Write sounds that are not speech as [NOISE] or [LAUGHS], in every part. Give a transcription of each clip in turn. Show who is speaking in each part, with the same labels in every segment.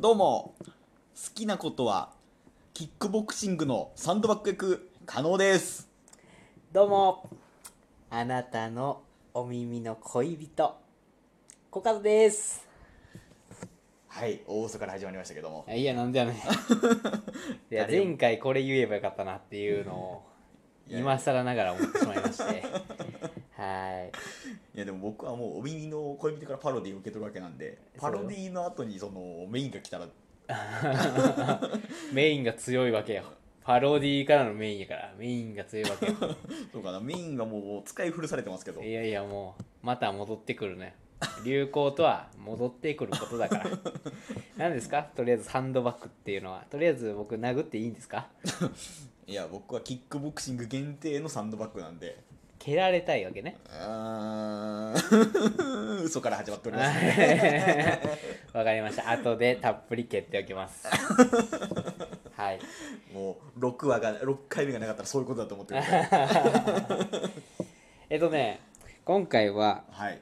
Speaker 1: どうも好きなことはキックボクシングのサンドバッグ役可能です
Speaker 2: どうもあなたのお耳の恋人コカドです
Speaker 1: はい大嘘から始まりましたけども
Speaker 2: いやなんで [LAUGHS] やねんいや
Speaker 1: 誰よ
Speaker 2: 前回これ言えばよかったなって [LAUGHS] いうのを
Speaker 1: いや
Speaker 2: 今更ながら思ってしまいましてはい
Speaker 1: いやでも僕はもうお耳の恋人からパロディを受け取るわけなんでパロディの後にそのメインが来たら
Speaker 2: メインが強いわけよパロディーからのメインやからメインが強いわ [LAUGHS] けよ
Speaker 1: そうかなメインがもう使い古されてますけど
Speaker 2: いやいやもうまた戻ってくるね流行とは戻ってくることだ [LAUGHS] から何ですかとりあえずサンドバッグっていうのはとりあえず僕殴っていいんですか
Speaker 1: いや僕はキックボクシング限定のサンドバッグなん [LAUGHS] で
Speaker 2: 蹴られたいわけね
Speaker 1: うーん嘘から始まっておりますね
Speaker 2: はいわかりました後でたっぷり蹴っておきますはい
Speaker 1: もう6話が6回目がなかったらそういうことだと思ってくだ [LAUGHS] さい
Speaker 2: えっとね今回は
Speaker 1: はい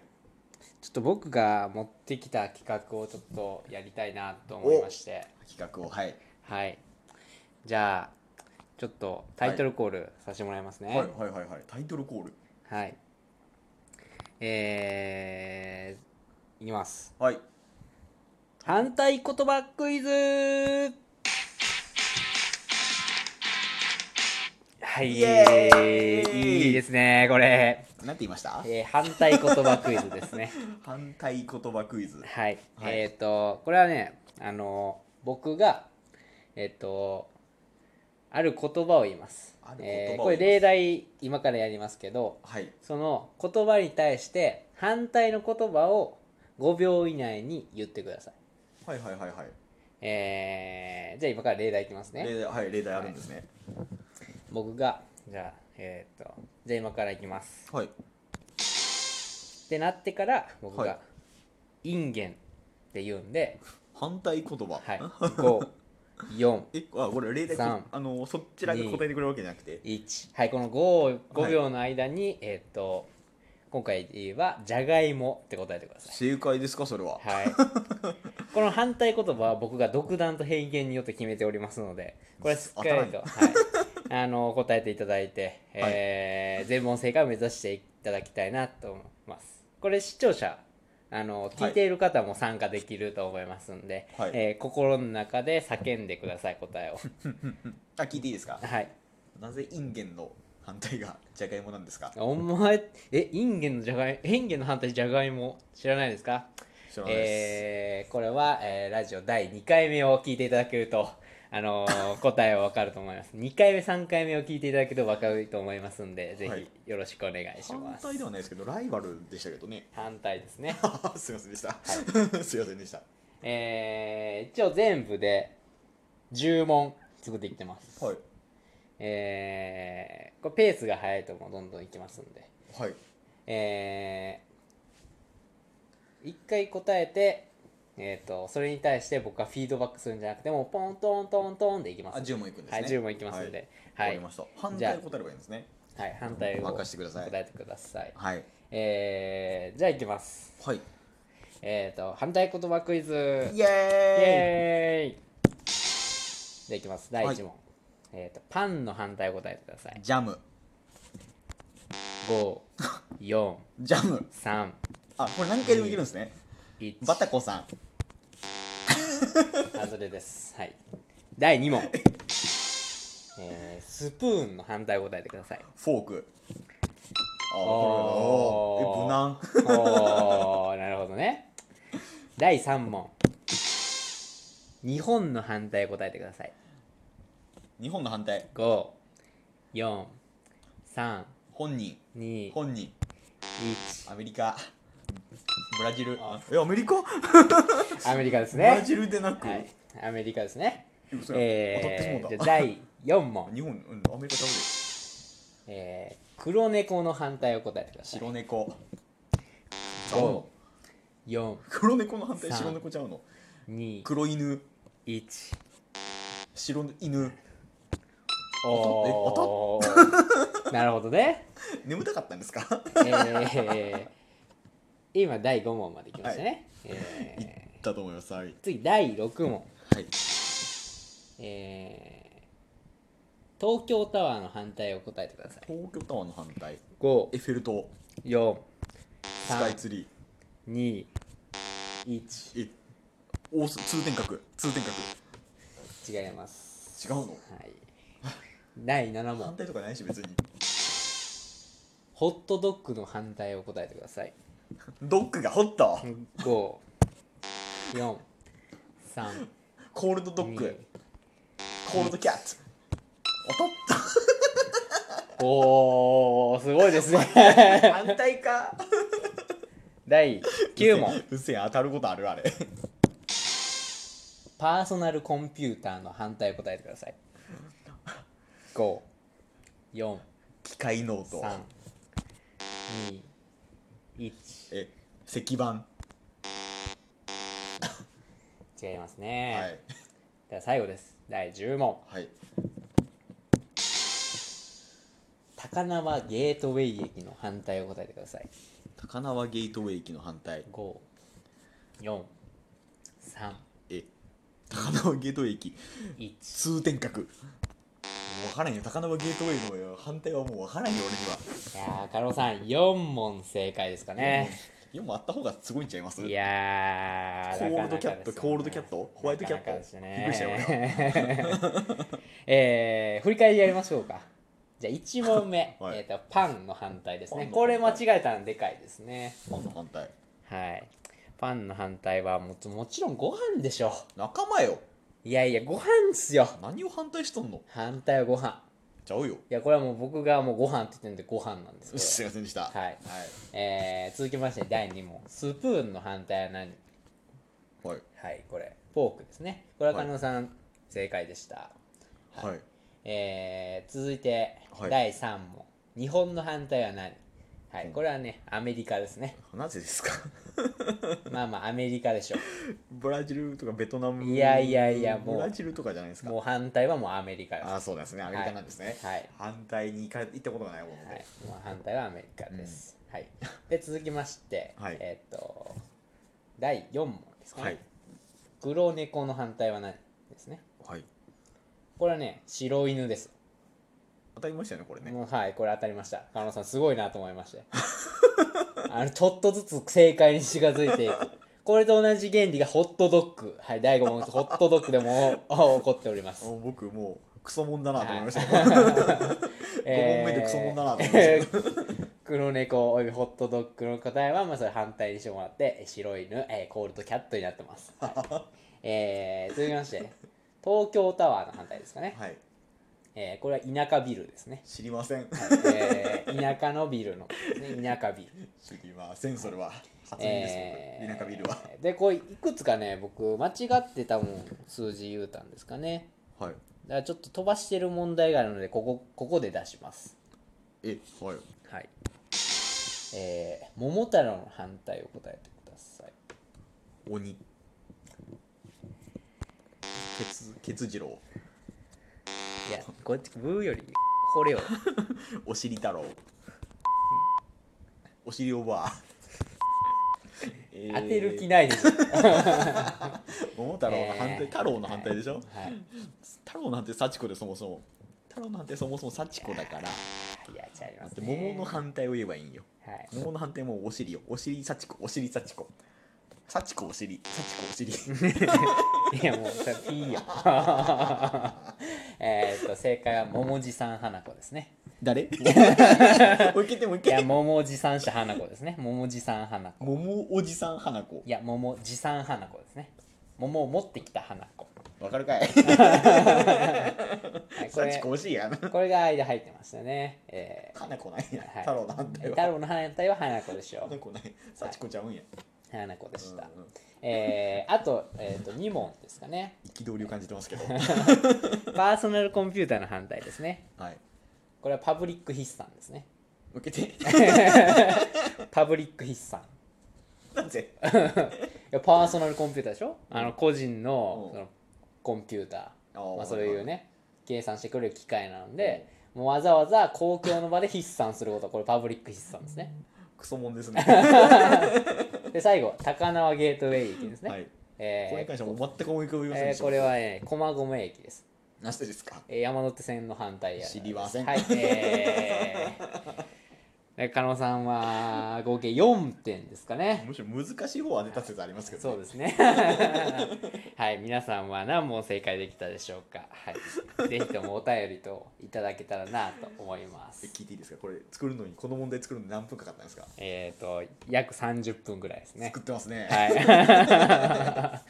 Speaker 2: ちょっと僕が持ってきた企画をちょっとやりたいなと思いまして
Speaker 1: 企画をはい
Speaker 2: はいじゃあちょっとタイトルコールさせてもらいますね
Speaker 1: はいはいはいはいタイトルコール
Speaker 2: はい、えー、いきます
Speaker 1: はい
Speaker 2: 反対言葉クイズはい
Speaker 1: イエーイ
Speaker 2: いいですねこれ、
Speaker 1: なんて言いました
Speaker 2: えー反対言葉クイズです
Speaker 1: [LAUGHS]
Speaker 2: ね
Speaker 1: 反対言葉クイズ
Speaker 2: はい、
Speaker 1: はい
Speaker 2: えっ、とこれはねあの僕がえっ、とある言葉を言います
Speaker 1: ある言葉を言います
Speaker 2: えーこれ例題今からやりますけど
Speaker 1: はい
Speaker 2: その言葉に対して反対の言葉を5秒以内に言ってください
Speaker 1: はいはいはいはい
Speaker 2: えー、じゃあ今から例題いきますね
Speaker 1: 例題はい例題あるんですね
Speaker 2: 僕がじゃあえー、っとじゃあ今からいきます
Speaker 1: はい
Speaker 2: ってなってから僕が、
Speaker 1: はい
Speaker 2: インゲンって言うんで
Speaker 1: 反対言葉 [LAUGHS]
Speaker 2: はい541
Speaker 1: えあこれ例題
Speaker 2: 三
Speaker 1: あのそちらが答えてくれるわけじゃなくて
Speaker 2: はいこの 5,
Speaker 1: は
Speaker 2: 5
Speaker 1: い
Speaker 2: 秒の間に、えー、っと今回で言えばじゃがいもって答えてください
Speaker 1: 正解ですかそれは
Speaker 2: はい、この反対言葉は僕が独断と偏見によって決めておりますのでこれはしっかりと、はい、あの答えていただい
Speaker 1: [LAUGHS]
Speaker 2: て、えー全問正解を目指していただきたいなと思いますこれ視聴者あの聞いている方も参加できると思いますんで、
Speaker 1: はい
Speaker 2: えー心の中で叫んでください答え
Speaker 1: [LAUGHS]
Speaker 2: を
Speaker 1: あ聞いていいですか
Speaker 2: はい
Speaker 1: なぜインゲンの反対がじゃがいもなんですか
Speaker 2: お前えインゲンのじゃがいインゲンの反対じゃがいも知らないですか
Speaker 1: 知らないです
Speaker 2: えーこれは、えーラジオ第2回目を聞いていただけると、あの
Speaker 1: [LAUGHS]
Speaker 2: ー答えは分かると思います2回目3回目を聞いていただけると分かると思いますんで、
Speaker 1: はい
Speaker 2: ぜひよろしくお願いし
Speaker 1: 反
Speaker 2: ます
Speaker 1: 対ではないですけどライバルでしたけど
Speaker 2: [LAUGHS]
Speaker 1: ね
Speaker 2: 反対ですね、
Speaker 1: すいませんでした [LAUGHS] すいませんでした
Speaker 2: えー一応全部で10問作っていってます、
Speaker 1: はい
Speaker 2: えーこれペースが速いともうどんどんいきますんで
Speaker 1: はい
Speaker 2: えー、一回答えて、えー、とそれに対して僕はフィードバックするんじゃなくてもうポントントントンでいきます
Speaker 1: あ10問いくんです
Speaker 2: は
Speaker 1: ね
Speaker 2: い10問いきますんで、
Speaker 1: わ
Speaker 2: は
Speaker 1: か
Speaker 2: い
Speaker 1: りました反
Speaker 2: じゃあ
Speaker 1: 対答えればいいんですね
Speaker 2: はい、反対を
Speaker 1: 任せてください
Speaker 2: 答えてください、
Speaker 1: はい
Speaker 2: えー、じゃあいきます
Speaker 1: はい
Speaker 2: えっ、と反対言葉クイズイエ
Speaker 1: イエーイ
Speaker 2: ーイじゃあいきます第1問、えー、とパンの反対を答えてください
Speaker 1: ジャム
Speaker 2: 54321
Speaker 1: ジャムあこれ何回でもいけるんですねバタコさん
Speaker 2: ハズレです。はい。第2問。えー、スプーンの反対を答えてください。
Speaker 1: フォークあー
Speaker 2: おー
Speaker 1: これあーえ
Speaker 2: おー、なるほどね。第3問。日本の反対を答えてください。
Speaker 1: 無難日本の反対
Speaker 2: 5、4、3、
Speaker 1: 本人
Speaker 2: 2、1。
Speaker 1: 本人アメリカブラジル
Speaker 2: あ
Speaker 1: えアメリカ、
Speaker 2: アメリカです
Speaker 1: ブラ
Speaker 2: ね。
Speaker 1: ジルでなく、
Speaker 2: はい。アメリカですね。
Speaker 1: 嘘や当たって
Speaker 2: え
Speaker 1: しま
Speaker 2: ー、
Speaker 1: うん
Speaker 2: じゃあ
Speaker 1: だ
Speaker 2: 第4問。
Speaker 1: 日本、うん、アメリカちゃうで
Speaker 2: えー、黒猫の反対を答えてください。
Speaker 1: 白猫ちゃう
Speaker 2: 5
Speaker 1: の、
Speaker 2: 4、
Speaker 1: 黒猫の反対
Speaker 2: さん
Speaker 1: 白猫ちゃうの
Speaker 2: 2、
Speaker 1: 黒犬
Speaker 2: 1。
Speaker 1: 白犬
Speaker 2: おーなるほどね。
Speaker 1: 眠たかったんですか
Speaker 2: えー、今第5問まで来ましたね。え
Speaker 1: だと思いますはい、
Speaker 2: 次第6問、
Speaker 1: はい、
Speaker 2: えー東京タワーの反対を答えてください
Speaker 1: 東京タワーの反対エッ
Speaker 2: 5
Speaker 1: フェル塔
Speaker 2: 4
Speaker 1: スカイツリ
Speaker 2: 2 1
Speaker 1: ーえお通天閣通天閣
Speaker 2: 違います
Speaker 1: 違うの
Speaker 2: はい第7
Speaker 1: 反
Speaker 2: 問
Speaker 1: 対とかないし別に
Speaker 2: ホットドッグの反対を答えてください
Speaker 1: ドッグがホット
Speaker 2: 543
Speaker 1: コールドドッグコールドキャット当たっ
Speaker 2: おーすごいですね
Speaker 1: た反対か
Speaker 2: 第9問
Speaker 1: うっせえ当たることあるあれ
Speaker 2: パーソナルコンピューターの反対を答えてください54321
Speaker 1: 機械ノートえ石板
Speaker 2: 違います
Speaker 1: は
Speaker 2: ね、
Speaker 1: い
Speaker 2: では最後です第10問
Speaker 1: はい
Speaker 2: 高輪ゲートウェイ駅の反対を答えてください
Speaker 1: 高輪ゲートウェイ駅の反対
Speaker 2: 54321
Speaker 1: え高輪ゲートウェイ駅通天閣もう分からんよ高輪ゲートウェイの反対はもう分からんよ俺にはい
Speaker 2: やー、カロさん、4問正解ですかね。
Speaker 1: 4もあった方がすごいんちゃいます
Speaker 2: いやー、
Speaker 1: コールドキャット
Speaker 2: なかなかですよね
Speaker 1: コールドキャットホワイトキャット
Speaker 2: なかなかですね
Speaker 1: びっくりしたよ
Speaker 2: [LAUGHS] えー、振り返りやりましょうか。じゃあ、1問目、
Speaker 1: [LAUGHS] はい
Speaker 2: えっと、パンの反対です
Speaker 1: パン
Speaker 2: ね。
Speaker 1: の反
Speaker 2: これ間
Speaker 1: 対
Speaker 2: 違えたらでかいですね。
Speaker 1: パンの反対
Speaker 2: はい。パンの反対はもち、もちろんご飯でしょ。
Speaker 1: 仲間よ
Speaker 2: いやいや、ご飯っすよ。
Speaker 1: 何を反対しとんの
Speaker 2: 反対はご飯。
Speaker 1: ちゃうよ
Speaker 2: いや、これはもう僕がもうご飯って言ってるんで、ご飯なんですけど。
Speaker 1: すいませんでした
Speaker 2: はい
Speaker 1: はい
Speaker 2: えー、続きまして、第2問。スプーンの反対は何
Speaker 1: はい
Speaker 2: はい、これ、フォークですね。これは
Speaker 1: はい
Speaker 2: 狩野さん、正解でした。
Speaker 1: はい
Speaker 2: えー、続いて、
Speaker 1: はい
Speaker 2: 第3問。日本の反対は何はい、
Speaker 1: ん
Speaker 2: これはね、アメリカですね。
Speaker 1: なぜですか
Speaker 2: まあまあ、アメリカでしょ
Speaker 1: ブラジルとかベトナム
Speaker 2: いやいやいやもう
Speaker 1: ブラジルとかじゃないです
Speaker 2: う。
Speaker 1: か
Speaker 2: もう反対はもうアメリカです。
Speaker 1: ああそうですねアメリカなんですね、
Speaker 2: はい。
Speaker 1: 反対に行か行ったことがないもので、
Speaker 2: はい、もう反対はアメリカです。はい。で、続きまして、
Speaker 1: はい
Speaker 2: えーっと、第4問ですかね。
Speaker 1: はい
Speaker 2: 黒猫の反対は何ですね。
Speaker 1: はい
Speaker 2: これはね、白犬です。
Speaker 1: 当たりましたよねこれね
Speaker 2: もうはいこれ当たりました狩野さんすごいなと思いまして [LAUGHS] あのちょっとずつ正解に近づいていくこれと同じ原理がホットドッグはい第5問ホットドッグでも [LAUGHS] あ起こっております
Speaker 1: あ僕もうクソもんだなと思いましたけど、五問
Speaker 2: 5
Speaker 1: 目でクソもんだなと思いまし
Speaker 2: [LAUGHS] 黒猫およびホットドッグの答えは、まあ、それ反対にしてもらってえ白犬、えーコールドキャットになってます、はい、えー続きまして東京タワーの反対ですかね、
Speaker 1: [LAUGHS] はい
Speaker 2: えーこれは田舎ビルですね、
Speaker 1: 知りません
Speaker 2: えー田舎のビルの、ね、田舎ビル
Speaker 1: 知りませんそれは初耳です、
Speaker 2: え
Speaker 1: 僕田舎ビルは
Speaker 2: ーでこういくつかね僕間違ってたもん数字言うたんですかね
Speaker 1: はい
Speaker 2: だからちょっと飛ばしてる問題があるのでここここで出します
Speaker 1: えはい
Speaker 2: はいえー、桃太郎の反対を答えてください
Speaker 1: 鬼ケツケツ次郎
Speaker 2: いやこっちブーよりこれよ
Speaker 1: お尻太郎お尻おばあ、え
Speaker 2: [LAUGHS] 当てる気ないでしょ、
Speaker 1: 桃太郎の反対、
Speaker 2: えー
Speaker 1: 太郎の反対でしょ、
Speaker 2: はい、
Speaker 1: 太郎なんて幸子でそもそも太郎なんてそもそも幸子だから
Speaker 2: いやちゃいま
Speaker 1: だっ
Speaker 2: す、
Speaker 1: て
Speaker 2: ね、
Speaker 1: 桃の反対を言えばいいんよ
Speaker 2: はい
Speaker 1: 桃の反対もお尻よお尻幸子お尻幸子幸子お尻幸子お尻
Speaker 2: いやもうそれいいよ [LAUGHS] えーっと正解は桃じさん花子ですね [LAUGHS]
Speaker 1: 誰もう一回言ってもう一
Speaker 2: いや
Speaker 1: 回
Speaker 2: 桃じさんし花子ですね桃じさん花子
Speaker 1: 桃おじさん花子
Speaker 2: いや、桃、持参花子ですね。桃を持ってきた花子。
Speaker 1: わかるかい
Speaker 2: はい、こ
Speaker 1: 幸
Speaker 2: れ
Speaker 1: 子お尻やん
Speaker 2: これが間入ってましたね。え
Speaker 1: 花子ないや
Speaker 2: ー、はい、
Speaker 1: 太郎の反対
Speaker 2: 太
Speaker 1: は
Speaker 2: 郎の反対は花子でしょ
Speaker 1: 花。子ない幸子ちゃうんや
Speaker 2: 花子でした。
Speaker 1: うんうん
Speaker 2: えー、あと、えっ、と、2問ですかね。
Speaker 1: 憤りを感じてますけ
Speaker 2: [LAUGHS]
Speaker 1: ど
Speaker 2: パーソナルコンピューターの反対ですね。
Speaker 1: はい
Speaker 2: これはパブリック筆算ですね。
Speaker 1: 受けて [LAUGHS]
Speaker 2: パブリック筆算。い
Speaker 1: なぜ
Speaker 2: やパーソナルコンピューターでしょあの、個人の
Speaker 1: うん
Speaker 2: そのコンピュータ
Speaker 1: あ
Speaker 2: ー。
Speaker 1: ー
Speaker 2: まあ、そういうね、計算してくれる機械なんで、もうわざわざ公共の場で筆算すること、これパブリック筆算ですね。
Speaker 1: クソもんですね
Speaker 2: [LAUGHS] で最後高輪ゲートウェイ駅ですね、
Speaker 1: はい
Speaker 2: えー
Speaker 1: これに関してはもう全く思い浮かびません
Speaker 2: え
Speaker 1: で
Speaker 2: ー
Speaker 1: した
Speaker 2: これは、ね、駒込駅です。
Speaker 1: なぜですか
Speaker 2: えー山手線の反対や
Speaker 1: 知りません
Speaker 2: はい。えー
Speaker 1: [LAUGHS]
Speaker 2: で、加納さんは合計4点ですかね。
Speaker 1: むしろ難しい方を当てた説ありますけど、
Speaker 2: そう
Speaker 1: ね、
Speaker 2: です
Speaker 1: [LAUGHS]
Speaker 2: ね。はい、皆さんは何問正解できたでしょうか。はい、ぜひともお便りといただけたらなと思います
Speaker 1: え。聞いていいですかこれ作るのにこの問題作るのに何分かかったんですか、
Speaker 2: えっ、と約30分ぐらいですね
Speaker 1: 作。ってますね、
Speaker 2: は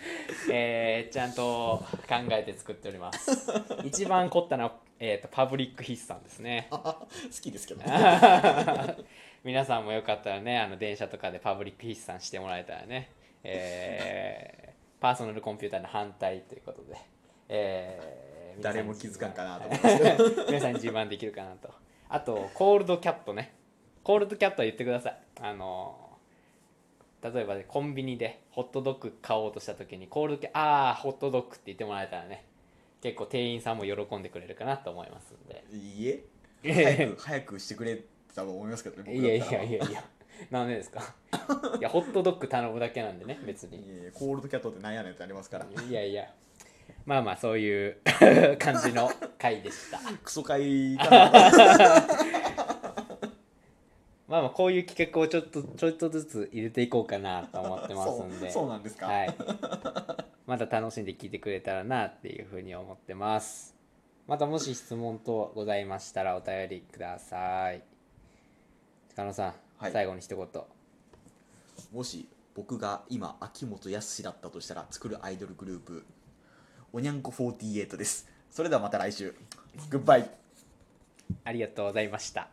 Speaker 2: い。えーちゃんと考えて作っております。一番凝ったのは、えー、とパブリック筆算ですね。
Speaker 1: [LAUGHS] 好きですけど、ね、
Speaker 2: 皆さんもよかったらねあの電車とかでパブリック筆算してもらえたらね、えーパーソナルコンピューターの反対ということで、えー
Speaker 1: 誰も気づかんかなと思いますけど
Speaker 2: 皆さんに自慢できるかなとあとコールドキャットねコールドキャットは言ってくださいあの例えばねコンビニでホットドッグ買おうとした時にコールドキャットああホットドッグって言ってもらえたらね結構店員さんも喜んでくれるかなと思いますんで
Speaker 1: いいえ
Speaker 2: え
Speaker 1: 早く早くしてくれって多分思いますけどね
Speaker 2: いやい
Speaker 1: 僕だったら
Speaker 2: やいやいや、なんでです
Speaker 1: [LAUGHS]
Speaker 2: かいや、ホットドッグ頼むだけなんでね、別に。
Speaker 1: いやいやコールドキャットってなんやねんってありますから
Speaker 2: いやいや、まあまあ、そういう [LAUGHS] 感じの回でした。
Speaker 1: クソ会か
Speaker 2: [LAUGHS]
Speaker 1: な
Speaker 2: まあまあ、こういう企画をちょっとちょっとずつ入れていこうかなと思ってます
Speaker 1: そ
Speaker 2: ん
Speaker 1: う
Speaker 2: で、
Speaker 1: そうなんですか、
Speaker 2: はい、また楽しんで聞いてくれたらなっていうふうに思ってます。またもし質問等ございましたらお便りください。鹿野さん、
Speaker 1: はい
Speaker 2: 最後に一言。
Speaker 1: もし僕が今秋元康だったとしたら作るアイドルグループおにゃんこ48ですそれではまた来週グッバイ
Speaker 2: ありがとうございました。